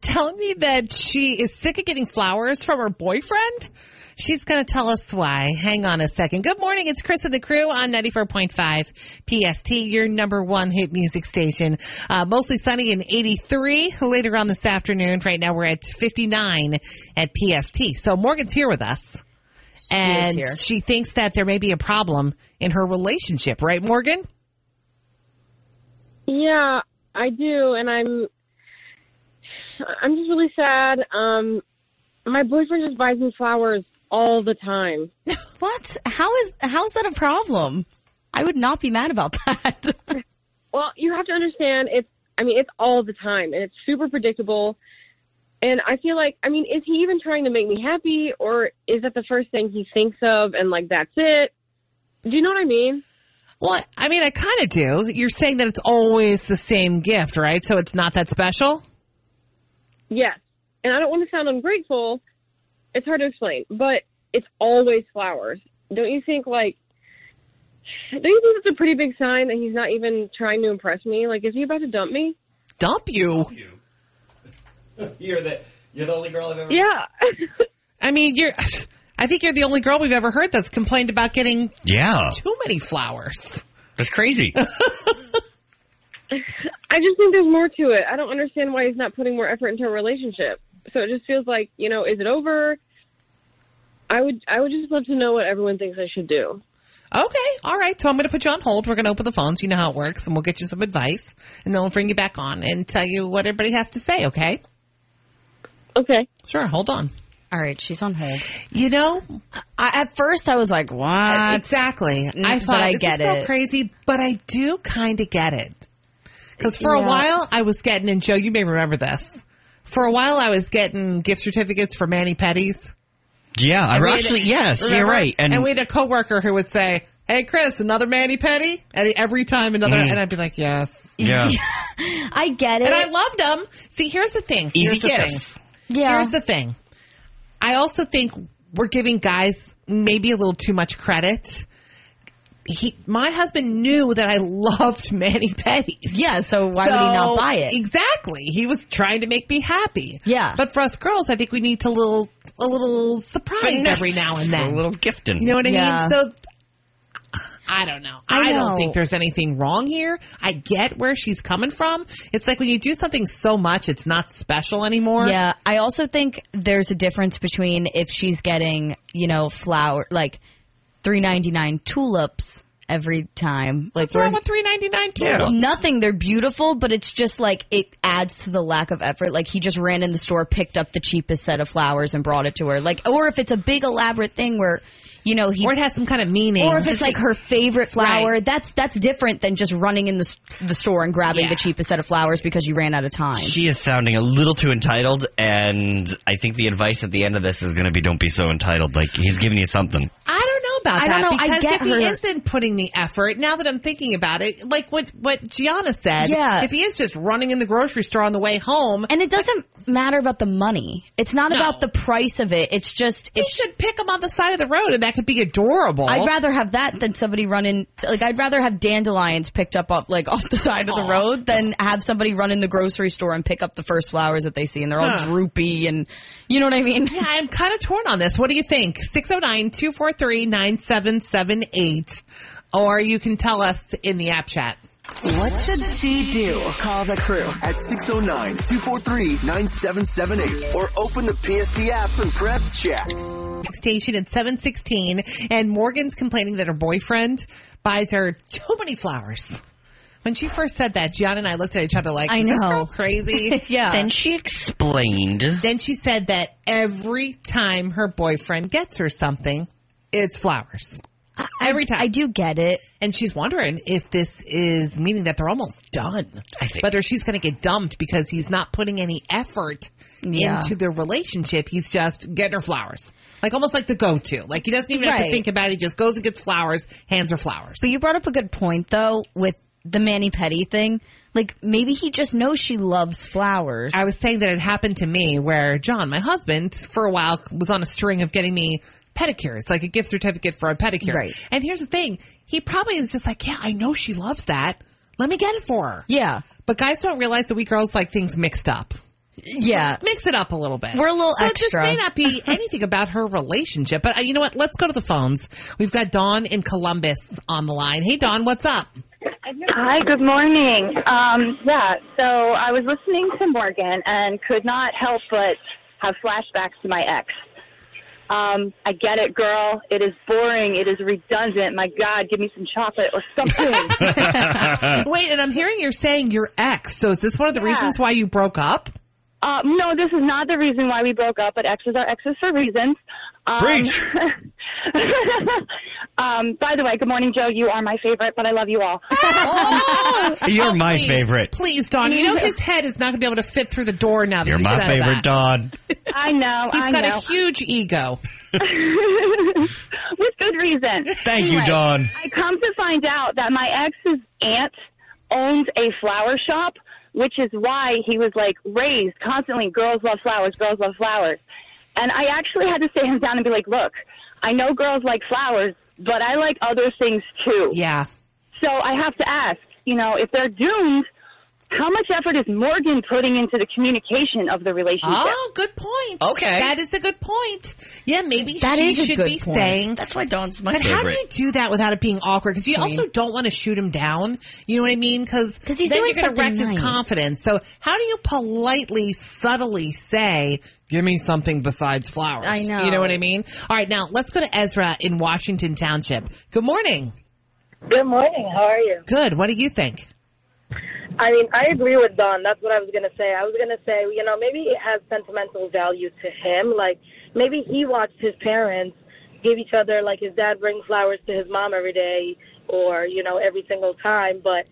telling me that she is sick of getting flowers from her boyfriend? She's going to tell us why. Hang on a second. Good morning. It's Chris and the crew on 94.5 PST, your number one hit music station. Uh, mostly sunny in 83 later on this afternoon. Right now we're at 59 at PST. So Morgan's here with us. And here. she thinks that there may be a problem in her relationship, right, Morgan? Yeah, I do, and I'm I'm just really sad. Um my boyfriend just buys me flowers all the time. What? How is how is that a problem? I would not be mad about that. Well, you have to understand it's I mean, it's all the time and it's super predictable. And I feel like I mean, is he even trying to make me happy or is that the first thing he thinks of and like that's it? Do you know what I mean? Well, I mean, I kind of do. You're saying that it's always the same gift, right? So it's not that special? Yes. And I don't want to sound ungrateful. It's hard to explain, but it's always flowers. Don't you think like don't you think that's a pretty big sign that he's not even trying to impress me? Like is he about to dump me? Dump you. You're the you're the only girl I've ever. Yeah. I mean, you're. I think you're the only girl we've ever heard that's complained about getting Yeah, too many flowers. that's crazy. I just think there's more to it. I don't understand why he's not putting more effort into a relationship. So it just feels like, you know, is it over? I would I would just love to know what everyone thinks I should do. Okay, all right. So I'm going to put you on hold. We're going to open the phones. You know how it works, and we'll get you some advice, and then we'll bring you back on and tell you what everybody has to say. Okay? Okay. Sure. Hold on. All right, she's on hold. You know I, at first, I was like, "What?" Uh, exactly. I but thought I Mm, this get is real it. crazy, but I do kind of get it. Because for a Yeah. while, I was getting, and Joe, you may remember this. For a while, I was getting gift certificates for Manny Petties. Yeah, I We had- actually yes, you're remember? right. And, we had a coworker who would say, "Hey, Chris, another Manny Petty," and every time another, Mm. and I'd be like, "Yes," yeah, I get it. and I loved them. See, here's the thing. Here's easy the thing. gifts. yeah, Here's the thing. I also think we're giving guys maybe a little too much credit. He, my husband knew that I loved Manny Petties. yeah. So why would he not So, buy it? Exactly. He was trying to make me happy. Yeah. But for us girls, I think we need to little a little surprise every now and then. a little gifting. You know what I Yeah. mean? So I don't know. I I, know. don't think there's anything wrong here. I get where she's coming from. It's like when you do something so much, it's not special anymore. Yeah, I also think there's a difference between if she's getting, you know, flower like 3.99 tulips every time. Like What's wrong we're- with three ninety nine too? Yeah. nothing, they're beautiful, but it's just like it adds to the lack of effort. Like he just ran in the store, picked up the cheapest set of flowers and brought it to her. Like or if it's a big elaborate thing where, you know, he Or it has some kind of meaning. or if it's Just like her favorite flower, Right. that's that's different than just running in the, s- the store and grabbing Yeah. the cheapest set of flowers because you ran out of time. She is sounding a little too entitled, and I think the advice at the end of this is going to be don't be so entitled. Like, he's giving you something. I don't know about I that don't know. I because get if he her. isn't putting the effort, now that I'm thinking about it, like what what Gianna said, Yeah. if he is just running in the grocery store on the way home, And it doesn't matter about the money. It's not No. about the price of it. It's just he if should pick him on the side of the road, and that could be adorable. I'd rather have that than somebody running like I'd rather have dandelions picked up off like off the side of the road than have somebody run in the grocery store and pick up the first flowers that they see and they're all Huh. droopy and you know what I mean? Yeah, I'm kind of torn on this. What do you think? 609-243-9778. Or you can tell us in the app chat. What should she do? Call the crew. at 609-243-9778 or open the PST app and press chat. Station at 716. And Morgan's complaining that her boyfriend buys her too many flowers. When she first said that, Gianna and I looked at each other like, I is this know. girl crazy? Yeah. Then she explained. Then she said that every time her boyfriend gets her something, it's flowers. Every time. I do get it. And she's wondering if this is meaning that they're almost done. I think- Whether she's going to get dumped because he's not putting any effort Yeah. into their relationship. He's just getting her flowers. Like almost like the go to. Like he doesn't even have Right. to think about it. He just goes and gets flowers, hands her flowers. But you brought up a good point though with the Manny Petty thing. Like maybe he just knows she loves flowers. I was saying that it happened to me where John, my husband, for a while was on a string of getting me pedicures, like a gift certificate for a pedicure. Right. And here's the thing. He probably is just like, yeah, I know she loves that. Let me get it for her. yeah. But guys don't realize that we girls like things mixed up. yeah. mix it up a little bit. We're a little so extra. This may not be anything about her relationship, but uh, you know what? Let's go to the phones. We've got Dawn in Columbus on the line. Hey, Dawn, what's up? Hi, good morning. Um, yeah, so I was listening to Morgan and could not help but have flashbacks to my ex. Um, I get it, girl. It is boring. It is redundant. My God, give me some chocolate or something. Uh. Wait, and I'm hearing you're saying your ex. So is this one of the reasons why you broke up? uh, no, this is not the reason why we broke up, but exes are exes for reasons. Um, Preach. um, by the way, good morning, Joe. You are my favorite, but I love you all. You're my Please, favorite. Please, Dawn. You know Mm-hmm. his head is not going to be able to fit through the door now that You're you my said favorite, that. Dawn. I know. He's I got know. a huge ego. With good reason. Thank you, Anyway, Dawn. I come to find out that my ex's aunt owns a flower shop, which is why he was like raised constantly girls love flowers, girls love flowers. And I actually had to sit him down and be like, look, I know girls like flowers, but I like other things too. Yeah. So I have to ask, you know, if they're doomed, how much effort is Morgan putting into the communication of the relationship? Oh, good point. Okay. That is a good point. Yeah, maybe That she is a should good be point. saying That's why Dawn's my But how do you do that without it being awkward? Because you also don't want to shoot him down. You know what I mean? Because 'Cause he's then doing you're going to something wreck his nice. confidence. So how do you politely, subtly say, "Give me something besides flowers"? I know. You know what I mean? All right, now let's go to Ezra in Washington Township. Good morning. Good morning. How are you? Good. What do you think? I mean, I agree with Don. That's what I was going to say. I was going to say, you know, maybe it has sentimental value to him. Like, maybe he watched his parents give each other, like, his dad bring flowers to his mom every day or, you know, every single time. But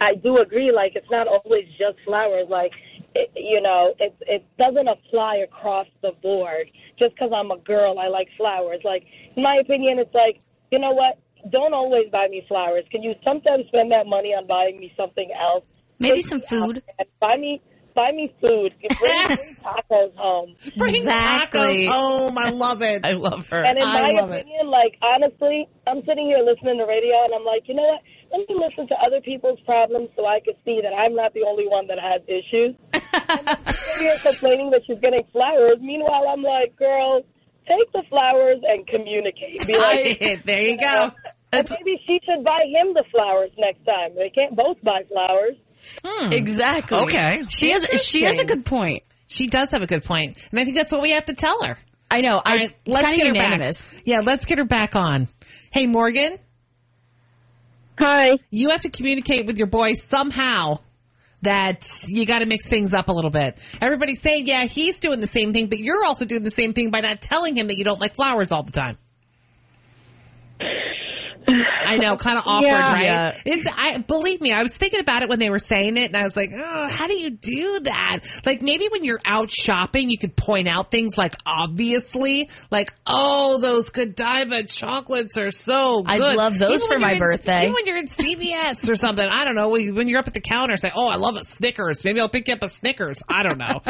I do agree, like, it's not always just flowers. Like, it, you know, it, it doesn't apply across the board. Just because I'm a girl, I like flowers. Like, in my opinion, it's like, you know what? Don't always buy me flowers. Can you sometimes spend that money on buying me something else? Maybe some food. And buy me buy me food. Bring, bring tacos home. Bring Exactly. tacos home. I love it. I love her. And in I my love it. opinion, like honestly, I'm sitting here listening to radio and I'm like, you know what? Let me listen to other people's problems so I could see that I'm not the only one that has issues. and I'm sitting here complaining that she's getting flowers. Meanwhile, I'm like, girl, take the flowers and communicate. Be like, there you go. and maybe she should buy him the flowers next time. They can't both buy flowers. Hmm. Exactly. Okay. She has she has a good point. She does have a good point, and I think that's what we have to tell her. I know. I All right, let's kind get of her unanimous. back. Yeah, let's get her back on. Hey, Morgan. Hi. you have to communicate with your boy somehow that you got to mix things up a little bit. Everybody's saying, yeah, he's doing the same thing, but you're also doing the same thing by not telling him that you don't like flowers all the time. I know, kind of awkward, Yeah. right? Yeah. It's, I believe me, I was thinking about it when they were saying it, and I was like, "Oh, how do you do that?" Like maybe when you're out shopping, you could point out things like obviously, like, "Oh, those Godiva chocolates are so good." I'd love those Even for when my you're in- birthday. even when you're in CVS or something, I don't know. When you- When you're up at the counter, say, "Oh, I love a Snickers." Maybe I'll pick you up a Snickers. I don't know,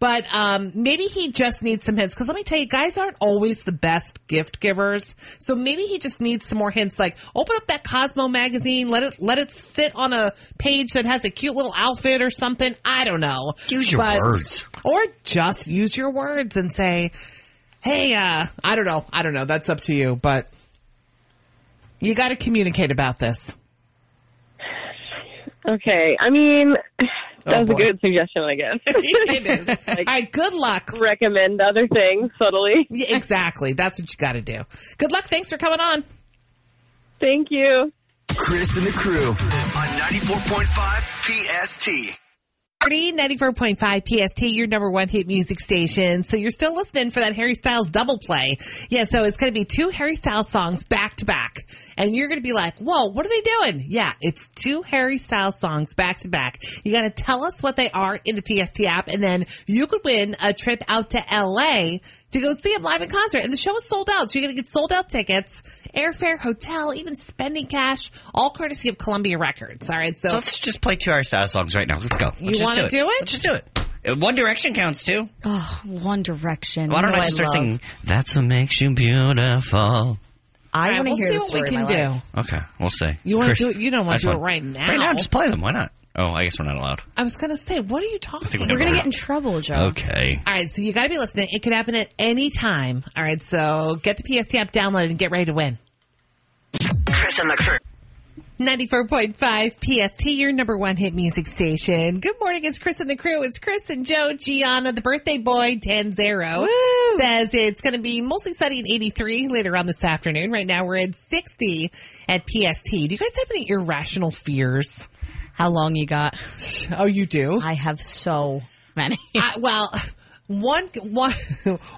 but um, maybe he just needs some hints. Because let me tell you, guys aren't always the best gift givers. So maybe he just needs some more hints. Like, open up that Cosmo magazine. Let it let it sit on a page that has a cute little outfit or something. I don't know. Use your But- words. or just use your words and say, "Hey, uh, I don't know, I don't know. That's up to you, but you got to communicate about this." Okay. I mean, that Oh, was a boy. good suggestion, I guess. it is. All right, good luck. Recommend other things subtly. Yeah, Exactly. That's what you got to do. Good luck. Thanks for coming on. Thank you. Chris and the crew on 94.5 PST. 30, 94.5 PST, your number one hit music station. So you're still listening for that Harry Styles double play. Yeah, so it's going to be two Harry Styles songs back to back. And you're going to be like, whoa, what are they doing? Yeah, it's two Harry Styles songs back to back. You got to tell us what they are in the PST app and then you could win a trip out to LA to go see him live in concert. And the show is sold out. So you're going to get sold out tickets, airfare, hotel, even spending cash, all courtesy of Columbia Records. All right. So let's just play two hour style songs right now. Let's go. Let's You just wanna do it? Let's just do it. Uh, One Direction counts too. Oh, One Direction. Why don't You know I just start love. singing? That's what makes you beautiful. I All right, want to we'll hear see the what story we of can my life. do. Okay, we'll see. You wanna Chris, do it- you don't wanna I just do it want- right now. Right now, just play them. Why not? Oh, I guess we're not allowed. I was going to say, what are you talking we about? know We're gonna get in trouble, Joe. Oh. Okay. All right, so you got to be listening. It could happen at any time. All right, so get the PST app downloaded and get ready to win. Chris and the crew. 94.5 PST, your number one hit music station. Good morning. It's Chris and the crew. It's Chris and Joe. Gianna, the birthday boy, 10 says it's going to be mostly sunny and 83 later on this afternoon. Right now we're at 60 at PST. Do you guys have any irrational fears? How long you got? Oh, you do? I have so many. I, well, one one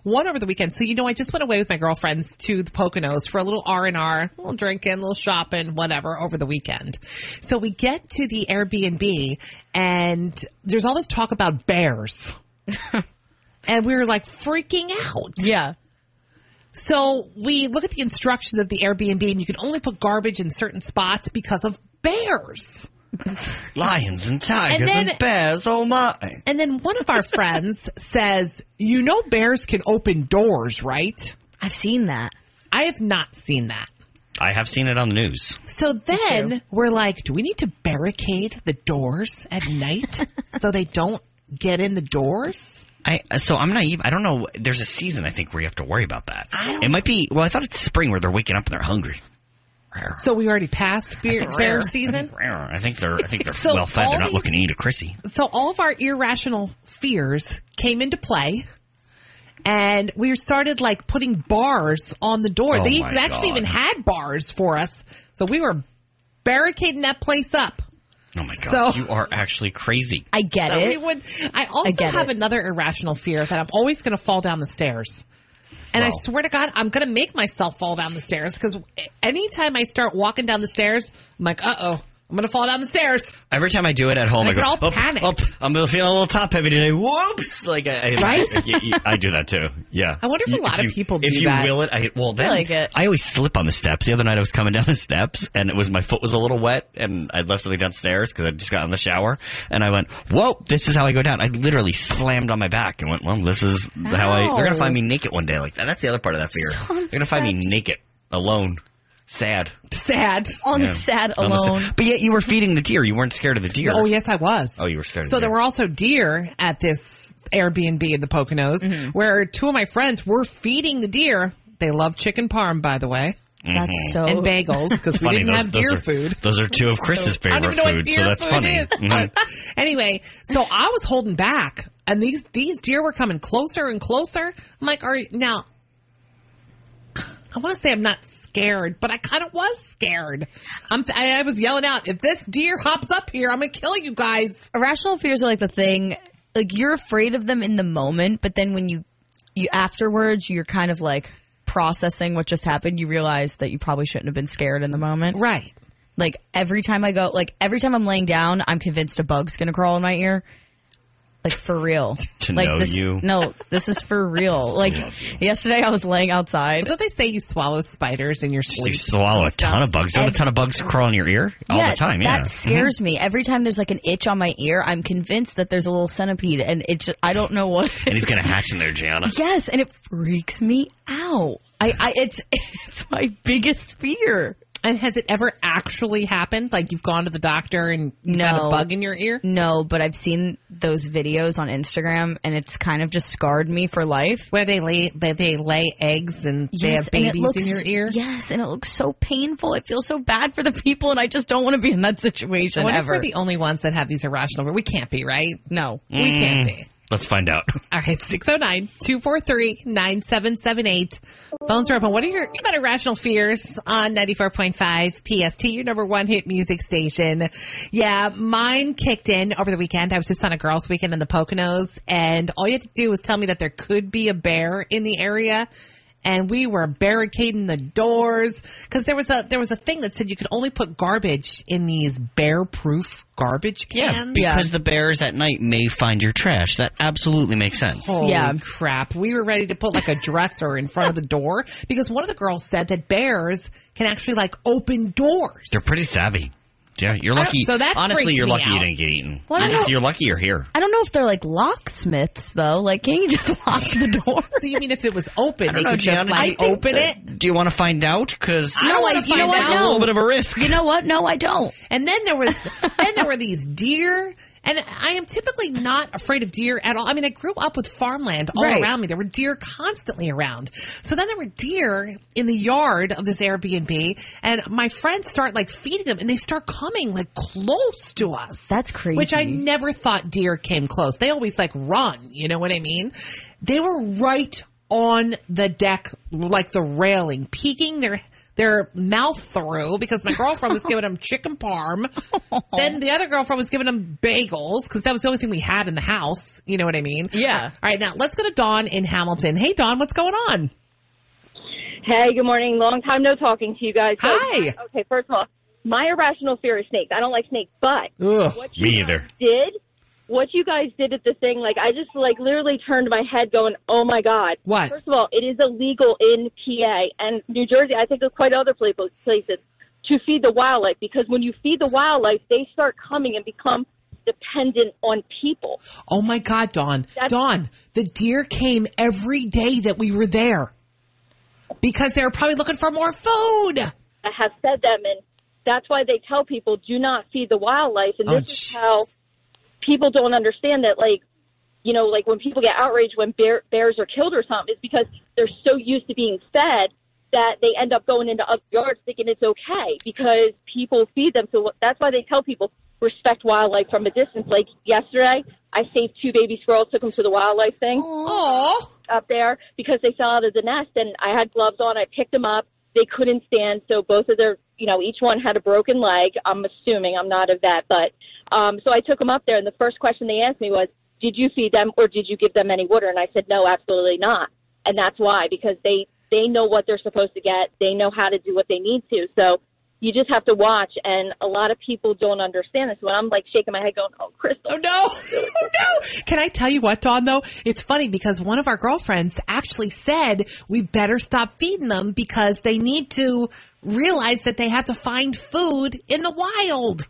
one over the weekend. So you know, I just went away with my girlfriends to the Poconos for a little R and R, a little drinking, a little shopping, whatever over the weekend. So we get to the Airbnb, and there's all this talk about bears, and we were like freaking out. yeah. So we look at the instructions of the Airbnb, and you can only put garbage in certain spots because of bears. Lions and tigers And then- and, bears. Oh my! And then one of our friends says, "You know, bears can open doors, right?" I've seen that. I have not seen that. I have seen it on the news. So then we're like, do we need to barricade the doors at night so they don't get in the doors? I so I'm naive. I don't know. There's a season I think where you have to worry about that. It might be. Well, I thought it's spring where they're waking up and they're hungry. So we already passed beer, bear season. I think they're. I think they're So well fed. all They're not these- looking to eat a Chrissy. So all of our irrational fears came into play. And we started like putting bars on the door. Oh they my they actually God. even had bars for us. So we were barricading that place up. Oh my So- god! you are actually crazy. I get So we it. would. I also get have it. another irrational fear that I'm always going to fall down the stairs. And I Wow. swear to God, I'm going to make myself fall down the stairs because anytime I start walking down the stairs, I'm like, uh oh, I'm going to fall down the stairs. Every time I do it at home, And I, I go, get all "Oop, panicked." oop, I'm feeling a little top heavy today. Whoops! Like I, I, Right? I, I do that too. Yeah. I wonder if a lot of you- people if do you that. will it. I, well, then I, like it. always slip on the steps. The other night I was coming down the steps and it was my foot was a little wet and I left something downstairs because I just got in the shower and I went, "Whoa! This is how I go down." I literally slammed on my back and went, "Well, this is how I." They're gonna find me naked one day. Like that. That's the other part of that fear. Just on They're gonna find me steps. naked, alone, sad. Sad. On Yeah. the sad On the- alone. But yet you were feeding the deer. You weren't scared of the deer. Oh yes, I was. Oh, you were scared of So there deer. were also deer at this Airbnb in the Poconos, Mm-hmm. where two of my friends were feeding the deer. They love chicken parm, by the way, That's so. and bagels because we Oh. funny. didn't those, have those deer are, food. Those are two of Chris's I don't favorite even know what foods, so deer that's food funny. is. Mhm. Anyway, so I was holding back, and these these deer were coming closer and closer. I'm like, are now? I want to say I'm not scared, but I kind of was scared. I'm I, I was yelling out, "If this deer hops up here, I'm gonna kill you guys." irrational fears are like the thing like you're afraid of them in the moment but then when you you afterwards you're kind of like processing what just happened you realize that you probably shouldn't have been scared in the moment Right. like every time i go like every time i'm laying down i'm convinced a bug's gonna crawl in my ear like for real To like know this you. no this is for real like yesterday i was laying outside Don't they say you swallow spiders in your You sleep? swallow a ton of bugs. Don't a ton of bugs crawl in your ear all the time? Yeah. Mm-hmm. That scares me. Every time there's like an itch on my ear, I'm convinced that there's a little centipede and it just, I don't know what and he's gonna hatch in there, Gianna. Yes, and it freaks me out. I, I it's it's my biggest fear. And has it ever actually happened? Like you've gone to the doctor and you got a No. bug in your ear? No, but I've seen those videos on Instagram and it's kind of just scarred me for life. Where they lay they, they lay eggs and they have and it babies in your ear? Yes, and it looks so painful. I feel so bad for the people and I just don't want to be in that situation I wonder ever. if we're the only ones that have these irrational. We can't be, right? no. We Mm. can't be. Let's find out. All right, 609-243-9778. Phones are open. What are your what about irrational fears on 94.5 PST, your number one hit music station? Yeah, mine kicked in over the weekend. I was just on a girls' weekend in the Poconos, and all you had to do was tell me that there could be a bear in the area. And we were barricading the doors because there was a there was a thing that said you could only put garbage in these bear-proof garbage Yeah, cans. because the bears at night may find your trash. That absolutely makes sense. Holy Yeah. crap. We were ready to put like a dresser in front of the door because one of the girls said that bears can actually like open doors. They're pretty savvy. Yeah, you're don't- lucky. so that honestly, freaked you're me lucky you out. didn't get eaten. Well, I You're just- don't- you're lucky you're here. I don't know if they're like locksmiths though. Like can't you just lock the door? so you mean if it was open, they know, could just Gianna, do you like think open that- it? do you want to find out? Because No, I- it's you know what? a No. little bit of a risk. You know what? No, I don't. And then there was, then there were these deer. And I am typically not afraid of deer at all. I mean, I grew up with farmland all Right. around me. There were deer constantly around. So then there were deer in the yard of this Airbnb and my friends start like feeding them and they start coming like close to us. That's crazy. Which I never thought deer came close. They always like run. You know what I mean? They were right on the deck, like the railing, peeking their their mouth through because my girlfriend was giving them chicken parm. then the other girlfriend was giving them bagels because that was the only thing we had in the house. You know what I mean? Yeah. All right, now let's go to Dawn in Hamilton. Hey, Dawn, what's going on? Hey, good morning. Long time no talking to you guys. So- Hi. Okay, first of all, my irrational fear is snakes. I don't like snakes, but Ugh. Me either. did what you guys did at the thing? Like, I just like literally turned my head, going, "Oh my god!" What? First of all, it is illegal in PA and New Jersey. I think of quite other pla- places to feed the wildlife because when you feed the wildlife, they start coming and become dependent on people. Oh my God, Dawn. That's- Dawn, the deer came every day that we were there because they were probably looking for more food. that have fed them, and that's why they tell people do not feed the wildlife. And Oh, this is how people don't understand that, like, you know, like when people get outraged when bear, bears are killed or something, it's because they're so used to being fed that they end up going into other yards thinking it's okay because people feed them. So that's why they tell people respect wildlife from a distance. Like yesterday, I saved two baby squirrels, took them to the wildlife thing Oh, up there because they fell out of the nest and I had gloves on. I picked them up. They couldn't stand. So both of their, you know, each one had a broken leg. I'm assuming I'm not a vet, but, um, so I took them up there and the first question they asked me was, did you feed them or did you give them any water? And I said, no, absolutely not. And that's why, because they, they know what they're supposed to get. They know how to do what they need to. So you just have to watch. And a lot of people don't understand this. When I'm like shaking my head going, oh, Crystal, oh no, oh no. Can I tell you what, Dawn, though? It's funny because one of our girlfriends actually said we better stop feeding them because they need to realize that they have to find food in the wild.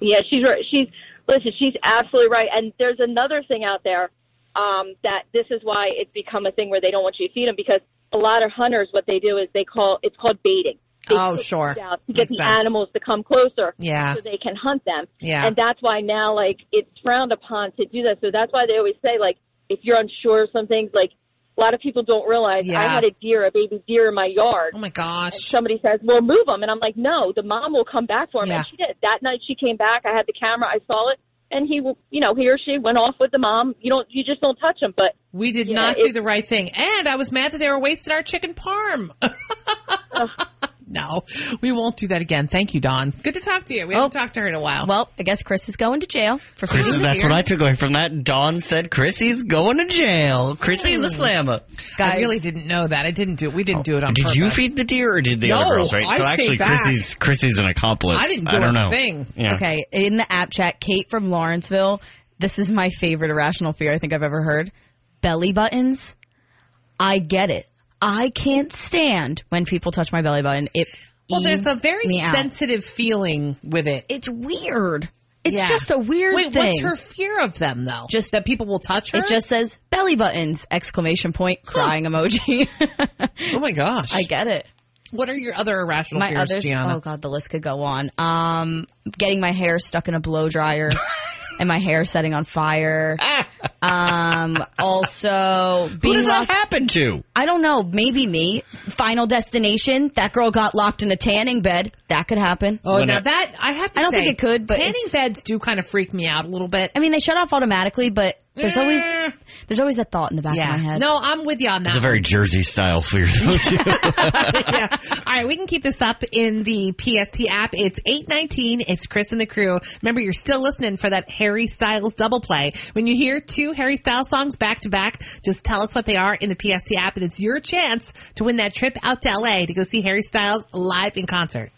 Yeah, she's right. She's listen. She's absolutely right. And there's another thing out there um, that this is why it's become a thing where they don't want you to feed them because a lot of hunters what they do is they call it's called baiting. They Oh, put sure. food out to Makes get the sense. animals to come closer. Yeah. so they can hunt them. Yeah. and that's why now like it's frowned upon to do that. So that's why they always say like if you're unsure of some things like. A lot of people don't realize I Yeah. had a deer, a baby deer in my yard Oh my and gosh. somebody says, "Well, move them," and I'm like, "No, the mom will come back for him." Yeah. And she did. That night, she came back. I had the camera. I saw it, and he, will- you know, he or she went off with the mom. You don't, you just don't touch him. But We did Yeah, not do it- the right thing. And I was mad that they were wasting our chicken parm. no, we won't do that again. Thank you, Dawn. Good to talk to you. We haven't talked to her in a while. Oh, Well, I guess Chris is going to jail for Chris, feeding the that's deer. what I took away from that. Dawn said Chrissy's going to jail. Chrissy and the Slammer. Guys, I really didn't know that. I didn't do it. We didn't do it on Did you purpose. feed the deer or did the No, other girls? Right. I so stayed actually, back. Chrissy's Chrissy's an accomplice. I didn't do don't a know. thing. Yeah. Okay, in the app chat, Kate from Lawrenceville. This is my favorite irrational fear I think I've ever heard. Belly buttons. I get it. I can't stand when people touch my belly button. It Well, there's a eaves very me out. sensitive feeling with it. It's weird. It's Yeah. just a weird Wait, thing. what's her fear of them though? Just- that people will touch her. It just says belly buttons exclamation point crying emoji. oh my gosh! I get it. what are your other irrational My fears, others. Gianna? Oh god, the list could go on. Um, getting my hair stuck in a blow dryer and my hair setting on fire. um, also Who being does that locked. happen to? I don't know. Maybe me. Final Destination. That girl got locked in a tanning bed. That could happen. Oh, When now I- that I have to. I don't say, think it could, but tanning it's- beds do kind of freak me out a little bit. I mean, they shut off automatically, but there's always Eh. there's always that thought in the back of my Yeah, head. no, I'm with you on that. It's a very Jersey style fear, though. too. yeah. All right, we can keep this up in the PST app. It's 819. It's Chris and the crew. Remember, you're still listening for that Harry Styles double play. When you hear two Harry Styles songs back to back, just tell us what they are in the PST app, and it's your chance to win that trip out to LA to go see Harry Styles live in concert.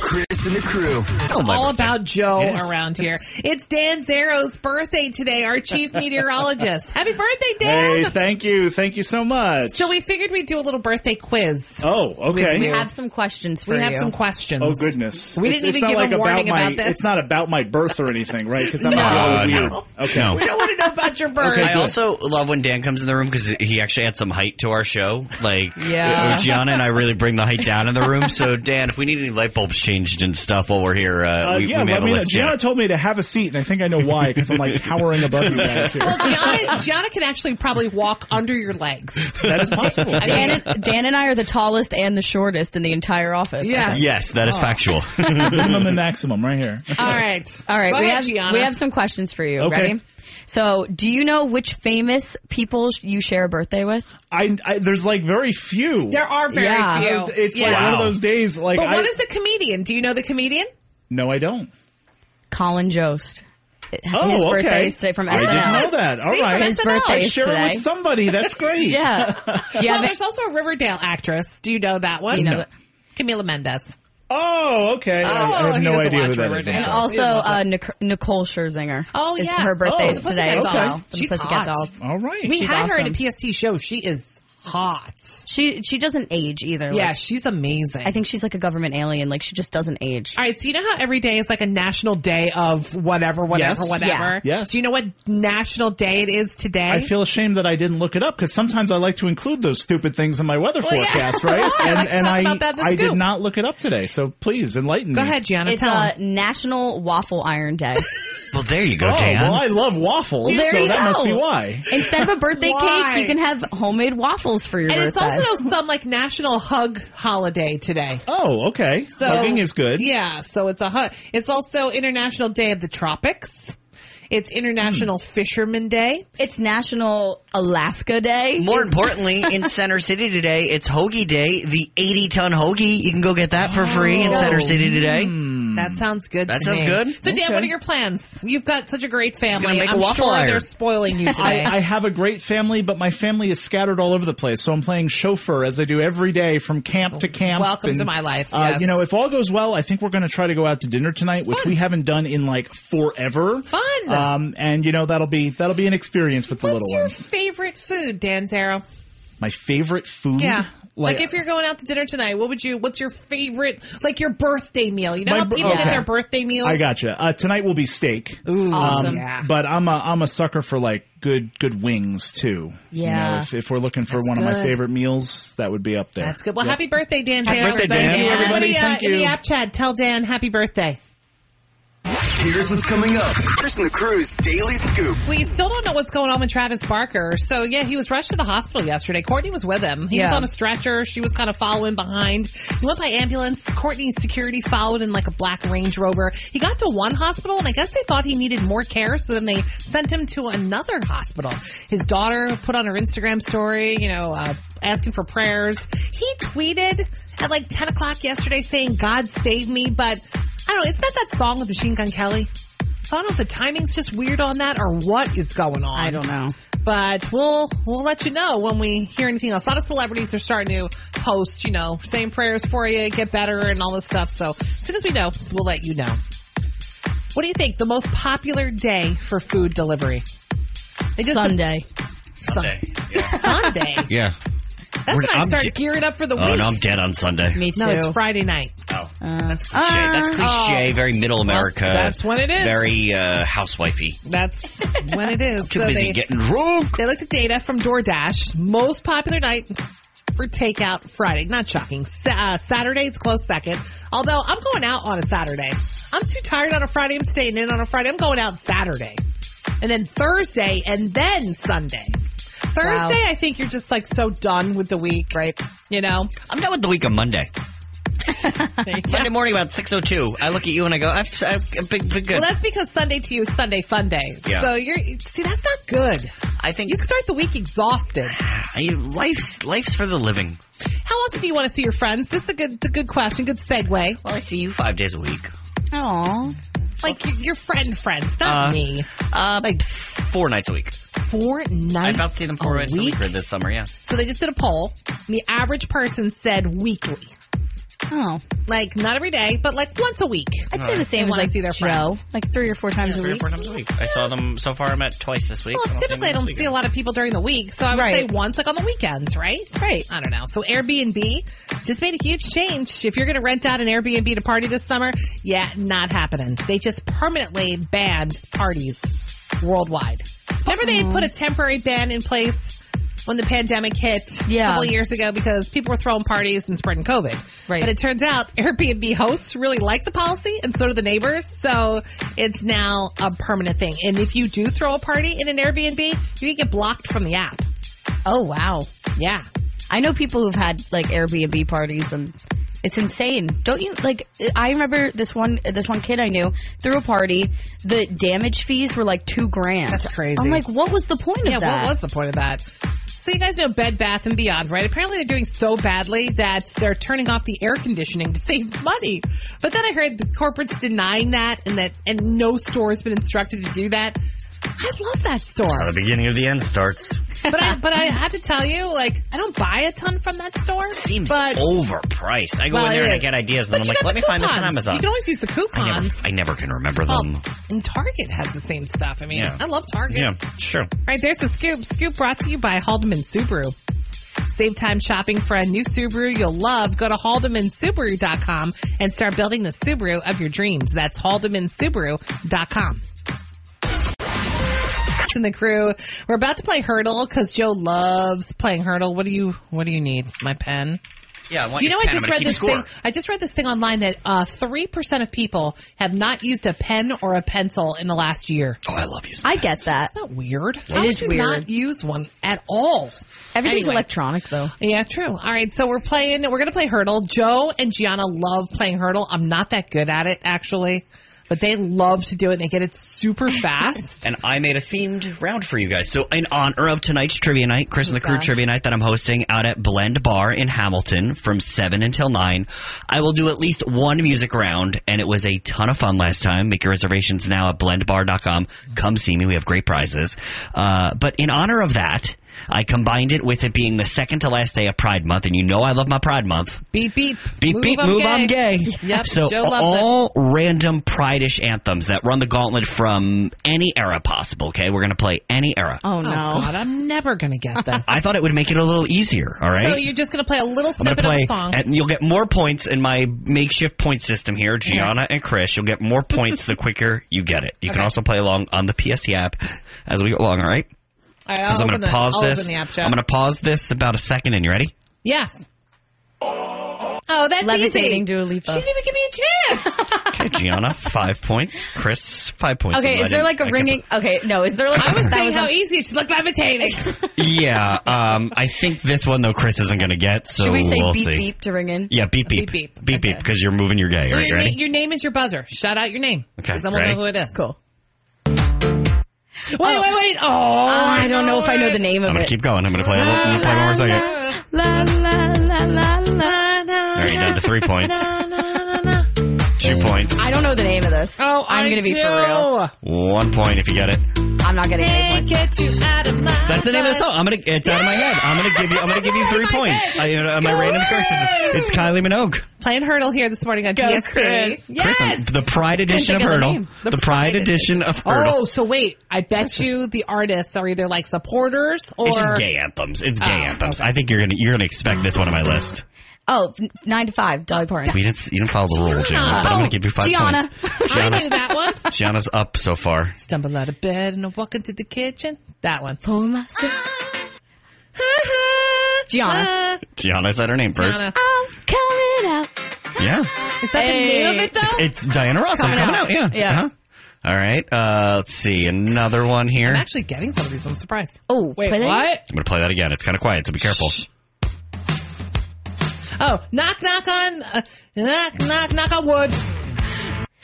Chris and the crew. Oh, Oh, It's all about Joe Yes. around here. It's Dan Zaro's birthday today, our chief meteorologist. Happy birthday, Dan! Hey, thank you, thank you so much. So we figured we'd do a little birthday quiz. Oh, okay. We, we have some questions for We you. have some questions. Oh goodness! We It's- didn't it's even not give like a warning about my, about this. It's not about my birth or anything, right? Because I'm No. not No. weird. Okay. No. I don't want to know about your birth. I also love when Dan comes in the room because he actually adds some height to our show. Like, Yeah. uh, Gianna and I really bring the height down in the room. So, Dan, if we need any light bulbs changed and stuff while we're here, uh, Uh, we, yeah, we may let have a me know. list. Gianna told me to have a seat, and I think I know why because I'm like towering above you guys here. Well, Gianna, Gianna can actually probably walk under your legs. That is possible. Dan, and, Dan and I are the tallest and the shortest in the entire office. Yes. Yes, that is Oh. factual. Minimum and maximum, right here. All right. All right. Go we ahead, have Gianna. we have some questions for you. Okay. Ready? So, do you know which famous people you share a birthday with? I, I there's like very few. There are very Yeah. few. It's like one of those days. Like, but I, what is a comedian? Do you know the comedian? no, I don't. Colin Jost. Oh, His okay. birthday is today from I didn't SNL. know that. All See, from right, His SNL. birthday I is share it today. with somebody. That's great. Yeah. well, there's also a Riverdale actress. Do you know that one? You know No. that- Camila Mendez. Oh, okay. I- I Oh, have he no doesn't idea who watch that Riverdale. is. I'm And sorry. also uh, Nic- Nicole Scherzinger. Oh, Is- yeah. her birthday Oh, is today Pussycat as well. Dolls. from She's Pussycat hot. Dolls. All right. We She's had her at a awesome. PST show. She is hot. She she doesn't age either. Yeah, like- she's amazing. I think she's like a government alien. Like she just doesn't age. All right, so you know how every day is like a national day of whatever, whatever, Yes. whatever? Yeah. Yes. Do you know what national day it is today? I feel ashamed that I didn't look it up because sometimes I like to include those stupid things in my weather Well, yeah, forecast, so right? do I. And, Let's and talk I, about that in the I did scoop. not look it up today, so please enlighten me. Go ahead, Gianna. it's tell uh, 'em. National Waffle Iron Day. well, there you go, oh, Dan. well, I love waffles, There so you that must be go. why. Instead of a birthday Why? cake, you can have homemade waffles for your And it's birthday. also some like national hug holiday today. Oh, okay. So Hugging is good. Yeah, so it's a hug. It's also International Day of the Tropics. It's International Fisherman Day. it's National Alaska Day. More importantly, in Center City today, it's Hoagie Day, the 80 ton Hoagie. You can go get that for free in Center Oh. City today. That sounds good. That to sounds me. good. So, Dan, Okay. what are your plans? You've got such a great family. gonna make a I'm waffle sure iron. they're spoiling you today. I, I have a great family, but my family is scattered all over the place. So I'm playing chauffeur as I do every day from camp to camp. Welcome to my life, uh, yes. You know, if all goes well, I think we're going to try to go out to dinner tonight, which we haven't done in like forever. Fun. Um, and you know that'll be that'll be an experience with the What's little your ones. favorite food, Dan Zaro? My favorite food. Yeah. Like, if you're going out to dinner tonight, what would you? What's your favorite? Like your birthday meal? You know My how bir- people get okay. their birthday meals. I gotcha. Uh, tonight will be steak. Ooh, Awesome. yeah. But I'm a I'm a sucker for like good good wings too. You Yeah. know, if, if we're looking for That's one of my good. favorite meals, that would be up there. That's good. Well, happy birthday, Dan. Happy Zaro. birthday, Dan. Thank you, everybody. Everybody uh, Thank in the you. app chat, tell Dan happy birthday. Here's what's coming up. Chris and the crew's daily scoop. We still don't know what's going on with Travis Barker. So yeah, he was rushed to the hospital yesterday. Courtney was with him. He was Yeah. on a stretcher. She was kind of following behind. He went by ambulance. Courtney's security followed in like a black Range Rover. He got to one hospital and I guess they thought he needed more care. So then they sent him to another hospital. His daughter put on her Instagram story, you know, uh, asking for prayers. He tweeted at like 10 o'clock yesterday saying, God save me. But I don't know. It's not that song with Machine Gun Kelly. I don't know if the timing's just weird on that or what is going on. I don't know. But we'll we'll let you know when we hear anything else. A lot of celebrities are starting to post, you know, saying prayers for you, get better, and all this stuff. So as soon as we know, we'll let you know. What do you think? The most popular day for food delivery? They just Sunday. Sunday. Sunday. Yeah. That's when I I'm start de- gearing up for the Oh, week. no, I'm dead on Sunday. Me too. No, it's Friday night. Oh, that's Uh, cliche. that's cliche. very middle America. oh. that's when it is. Very uh, housewifey. That's when it is. Too So busy they- getting drunk. They looked at data from DoorDash. Most popular night for takeout Friday. Not shocking. Sa- uh, Saturday it's close second. Although I'm going out on a Saturday. I'm too tired on a Friday. I'm staying in on a Friday. I'm going out Saturday. And then Thursday and then Sunday. Thursday, Wow. I think you're just like so done with the week. Right. You know? I'm done with the week on Monday. There you go. Monday morning about 6.02. I look at you and I go, I've, I've, I've been, been good. Well, that's because Sunday to you is Sunday fun day. Yeah. So you're, see, that's not good. I think You start the week exhausted. I, life's, life's for the living. How often do you want to see your friends? This is a good, the good question, good segue. Well, I see you five days a week. Aw. Like your, your friend friends, not Uh, me. Uh, Like- four nights a week. Four nights. I've about seen them four a nights a week. week for this summer, yeah. So they just did a poll. And the average person said weekly. Oh. Like not every day, but like once a week. I'd say the They same as, wanna like, see their Joe, friends. like three or four times a Three or week. four times a week. I saw them so far. I'm at twice this week. Well, I'll typically I them don't this see a lot of people during the week, so I would Right. say once, like on the weekends, right? Right. I don't know. So Airbnb just made a huge change. If you're going to rent out an Airbnb to party this summer, yeah, not happening. They just permanently banned parties worldwide. Remember they had put a Oh. temporary ban in place when the pandemic hit a Yeah. couple of years ago because people were throwing parties and spreading COVID. Right. But it turns out Airbnb hosts really like the policy and so do the neighbors. So it's now a permanent thing. And if you do throw a party in an Airbnb, you can get blocked from the app. Oh wow. Yeah. I know people who've had like Airbnb parties and it's insane. Don't you like I remember this one this one kid I knew threw a party. The damage fees were like 2 grand. That's crazy. I'm like what was the point Yeah, of that? what was the point of that? So you guys know Bed Bath and Beyond, right? Apparently they're doing so badly that they're turning off the air conditioning to save money. But then I heard the corporates denying that and that and no store has been instructed to do that. I love that store. How the beginning of the end starts. but I, but I have to tell you, like, I don't buy a ton from that store. Seems but Overpriced. I go Well, in there it and I is. get ideas, But and I'm you like, got let the me find this on coupons. Amazon. You can always use the I never, coupons. I never can remember them. And Target has the same stuff. I mean, Yeah. I love Target. yeah, sure. All right, there's the scoop. Scoop brought to you by Haldeman Subaru. Save time shopping for a new Subaru you'll love. Go to haldemansubaru.com and start building the Subaru of your dreams. That's haldemansubaru.com. Chris And the crew, we're about to play hurdle because Joe loves playing hurdle. What do you What do you need? My pen. Yeah, I want Do you know your I pen. just I'm read gonna keep this score. thing? I just read this thing online that uh, three percent of people have not used a pen or a pencil in the last year. Oh, I love using. I get that. Isn't that weird? It How would is you weird. Not use one at all. Everything's Anyway. electronic though. Yeah, true. All right, so we're playing. We're gonna play hurdle. Joe and Gianna love playing hurdle. I'm not that good at it actually, but they love to do it. and They get it super fast. And I made a themed round for you guys. So, in honor of tonight's trivia night, Chris and the Crew Okay. trivia night that I'm hosting out at Blend Bar in Hamilton from 7 until 9, I will do at least one music round. And it was a ton of fun last time. Make your reservations now at blendbar.com. Come see me. We have great prizes. Uh, but in honor of that, I combined it with it being the second to last day of Pride Month. And you know I love my Pride Month. beep beep Beep beep, I'm move I'm gay. Yep. So Joe loves it. all random Pride-ish anthems that run the gauntlet from any era possible. Okay, we're gonna play any era. Oh no! God, I'm never gonna get this. I thought it would make it a little easier. All right. So you're just gonna play a little I'm gonna snippet of play, a song. and you'll get more points in my makeshift point system here, Gianna and Chris. You'll get more points the quicker you get it. You can Okay. also play along on the PST app as we go along. All right. All right, So I'll I'm gonna Oh, open the, pause I'll this. Open the app, Joe. I'm gonna pause this about a second. And you ready? Yes. Oh, that's Levitating easy. Dua Lipa. She didn't even give me a chance. Okay, Gianna, five points. Chris, five points. Okay, I is there didn't- like I a can- ringing? Okay, no, is there like I was that saying was how a- easy she looked levitating. yeah, um, I think this one though Chris isn't going to get. So Should we say will beep see. beep to ring in? Yeah, beep beep Beep, beep. beep beep because you're moving your gay. Well, Right, you your, na- ready? your name is your buzzer. Shout out your name. Okay, Because then we'll ready? know who it is. Cool. Wait, wait, wait. Oh, I don't know if I know the name of I'm going it. to keep going. I'm going to play. A little, I'm gonna play one more second. Oh, La la la la la All right, down to three points. Two points. I don't know the name of this. Oh, I'm I gonna be do. for real. One point if you get it. I'm not getting Can't any get points. you out of my. That's the name of the song. I'm gonna. It's out of my head. I'm gonna give you. I'm gonna give you three points. I, uh, my random score system. It's Kylie Minogue. Playing hurdle here this morning on PST. Chris. Yes. Chris, the Pride edition of think of the Hurdle. name. The, Pride edition of Hurdle. Oh, so wait. I bet you the artists are either like supporters Oh, or it's just gay anthems. It's gay anthems. I think you're gonna you're gonna expect this one on my list. Oh, n- nine to five, Dolly Parton. We didn't. You didn't follow the rule, Gianna. But I'm Oh, gonna give you five Gianna. points. I Gianna's knew that one. Gianna's up so far. Stumble out of bed and I walk into the kitchen. That one. Pull myself- Gianna. Gianna said her name first. Gianna. I'm coming out. Yeah. Is that the name of it though? It's Diana Ross. I'm coming out. Yeah. Yeah. Uh-huh. All right. Uh, let's see. Another one here. I'm I'm actually getting some of these. I'm surprised. Oh, Wait, play that? what? going to play that again. It's kind of quiet, so be careful. Oh, knock, knock on, uh, knock, knock, knock on wood.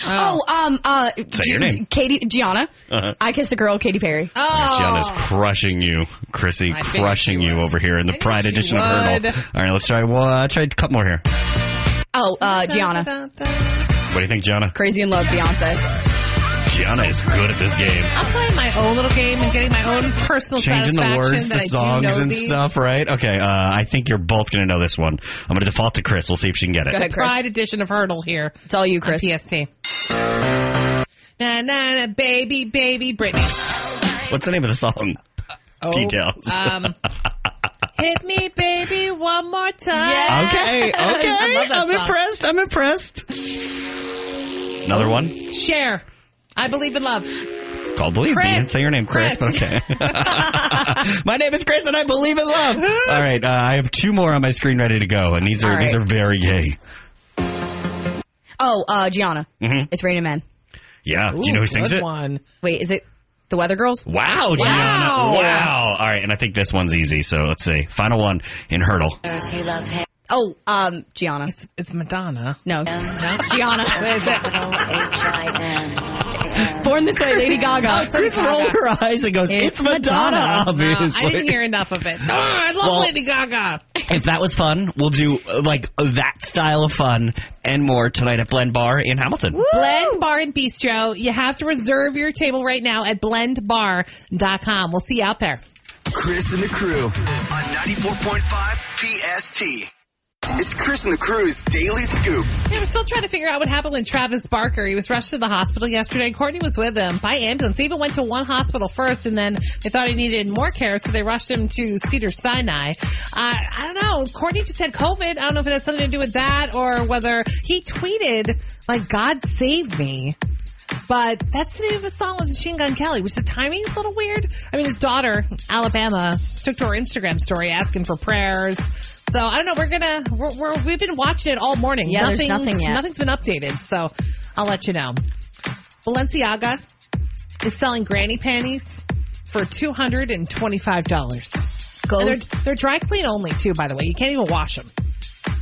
Oh, um, uh, Say your name. Katie Gianna. Uh-huh. I kissed a girl, Katy Perry. Oh, Gianna's crushing you, Chrissy. I figured Crushing she you would. over here in the Pride she edition of would. Hurdle. All right. Let's try. Well, uh, try a couple more here. Oh, uh, Gianna. What do you think, Gianna? Crazy in Love, Beyonce. Gianna is good at this game. I'm playing my own little game and getting my own personal Changing the satisfaction words that to I do songs know and these. stuff, right? Okay, uh, I think you're both going to know this one. I'm going to default to Chris. We'll see if she can get it. the Pride edition of Hurdle here. It's all you, Chris. PST. Na na na, baby, baby, Britney. What's the name of the song? Oh, Details. Um, hit me, baby, one more time. Okay, okay. I love that I'm song. impressed. I'm impressed. Another one? Share. I believe in love. It's called Believe Me. You didn't say your name, Chris, but okay. my name is Chris and I believe in love. All right, uh, I have two more on my screen ready to go, and these are All right. these are very gay. Oh, uh, Gianna. hmm It's Rain Man. Yeah. Do you know who sings it? Wait, is it the Weather Girls? Wow, Gianna. Wow. All right, and I think this one's easy, so let's see. Final one in hurdle. Earth, you love him. Oh, um, Gianna. It's, it's Madonna. No. Gianna. Born This Way, Lady Gaga. Chris rolled her eyes and goes, "It's Madonna, obviously." No, I didn't hear enough of it. Oh, I love Well- Lady Gaga. If that was fun, we'll do uh, like that style of fun and more tonight at Blend Bar in Hamilton. Blend Bar and Bistro. You have to reserve your table right now at blendbar.com. We'll see you out there. Chris and the crew on 94.5 PST. It's Chris and the crew's daily scoop. Yeah, we're still trying to figure out what happened with Travis Barker. He was rushed to the hospital yesterday. Courtney was with him by ambulance. They even went to one hospital first, and then they thought he needed more care, so they rushed him to Cedar Sinai. Uh, I don't know. Courtney just had COVID. I don't know if it has something to do with that or whether he tweeted, like, God save me. But that's the name of his song with Machine Gun Kelly, which the timing is a little weird. I mean, his daughter, Alabama, took to her Instagram story asking for prayers. So I don't know. We're gonna we're, we're we've been watching it all morning. Yeah, there's Nothing's- nothing yet. Nothing's been updated. So I'll let you know. Balenciaga is selling granny panties for two hundred and twenty five dollars. Go- They're, they're dry clean only too. By the way, you can't even wash them.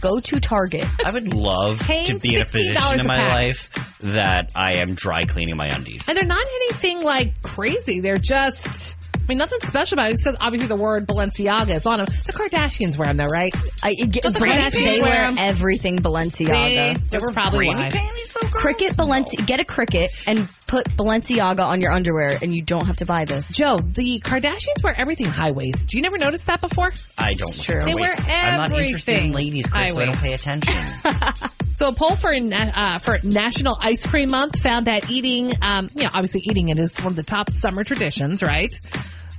Go to Target. I would love to Paying be in $16 a position a in my pack. life that I am dry cleaning my undies. And they're not anything like crazy. They're just, I mean, nothing special about it. Except obviously the word Balenciaga is on them. The Kardashians wear them though, right? I, get, the Kardashians they wear wear 'em. everything Balenciaga. See? They were probably Granny why. Cricket Balenci- get a cricket and put Balenciaga on your underwear, and you don't have to buy this. Joe, the Kardashians wear everything high waist. Do you never notice that before? I don't True. They wear I'm not interested in everything. ladies, Chris, so I don't Highways. pay attention. So a poll for na- uh, for National Ice Cream Month found that eating, um, you know, obviously eating it is one of the top summer traditions, right?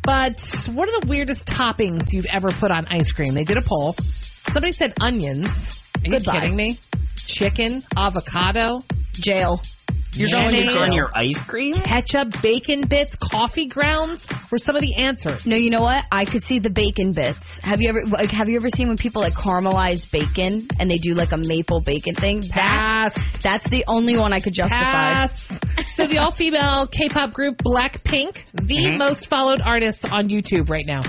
But what are the weirdest toppings you've ever put on ice cream? They did a poll. Somebody said onions. Are you Goodbye. kidding me? Chicken, avocado, jail. You're going to Chicken jail. on your ice cream? Ketchup, bacon bits, coffee grounds were some of the answers. No, you know what? I could see the bacon bits. Have you ever like have you ever seen when people like caramelize bacon and they do like a maple bacon thing? That that's the only one I could justify. Pass. So the all-female K-pop group Blackpink, the Mhm. most followed artists on YouTube right now.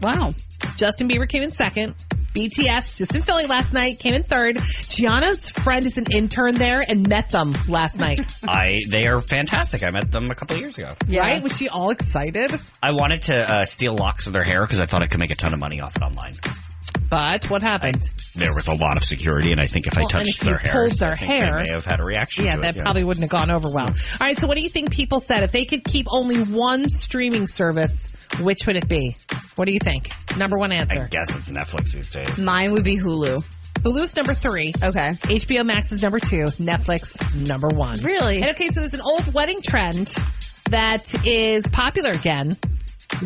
Wow. Justin Bieber came in second. BTS, just in Philly last night, came in third. Gianna's friend is an intern there and met them last night. I they are fantastic. I met them a couple of years ago. Right? Was she all excited? I wanted to uh, steal locks of their hair because I thought I could make a ton of money off it online. But what happened? There was a lot of security, and I think if Well, I and touched if you their hair, pulled their I think they hair- may have had a reaction. yeah, to it, that probably wouldn't have gone over well. All right, so what do you think people said? If they could keep only one streaming service, which would it be? What do you think? Number one answer. I guess it's Netflix these days. Mine would be Hulu. Hulu's number three. Oh. Okay. HBO Max is number two. Netflix, number one. Really? And okay, so there's an old wedding trend that is popular again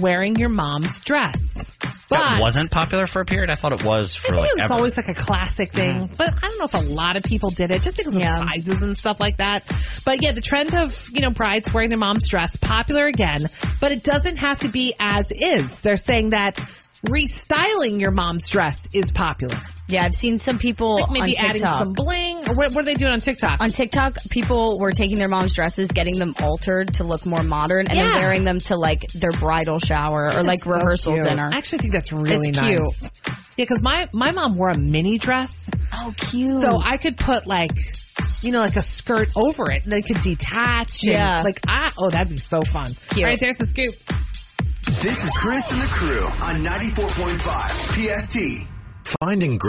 wearing your mom's dress. But That wasn't popular for a period. I thought it was for like It's ever. always like a classic thing, but I don't know if a lot of people did it just because of sizes and stuff like that. But yeah, the trend of, you know, brides wearing their mom's dress, popular again, but it doesn't have to be as is. They're saying that restyling your mom's dress is popular. Yeah, I've seen some people Like maybe on adding TikTok. some bling or what, what are they doing on TikTok? on TikTok, people were taking their mom's dresses, getting them altered to look more modern, and Yeah. then wearing them to like their bridal shower or like That's so rehearsal cute. dinner. I actually think that's really It's nice. cute. Yeah, because my my mom wore a mini dress. Oh, cute! So I could put like, you know, like a skirt over it, and they could detach. and, Yeah. like I oh, that'd be so fun. All right, there's the scoop. This is Chris and the crew on 94.5 PST. Finding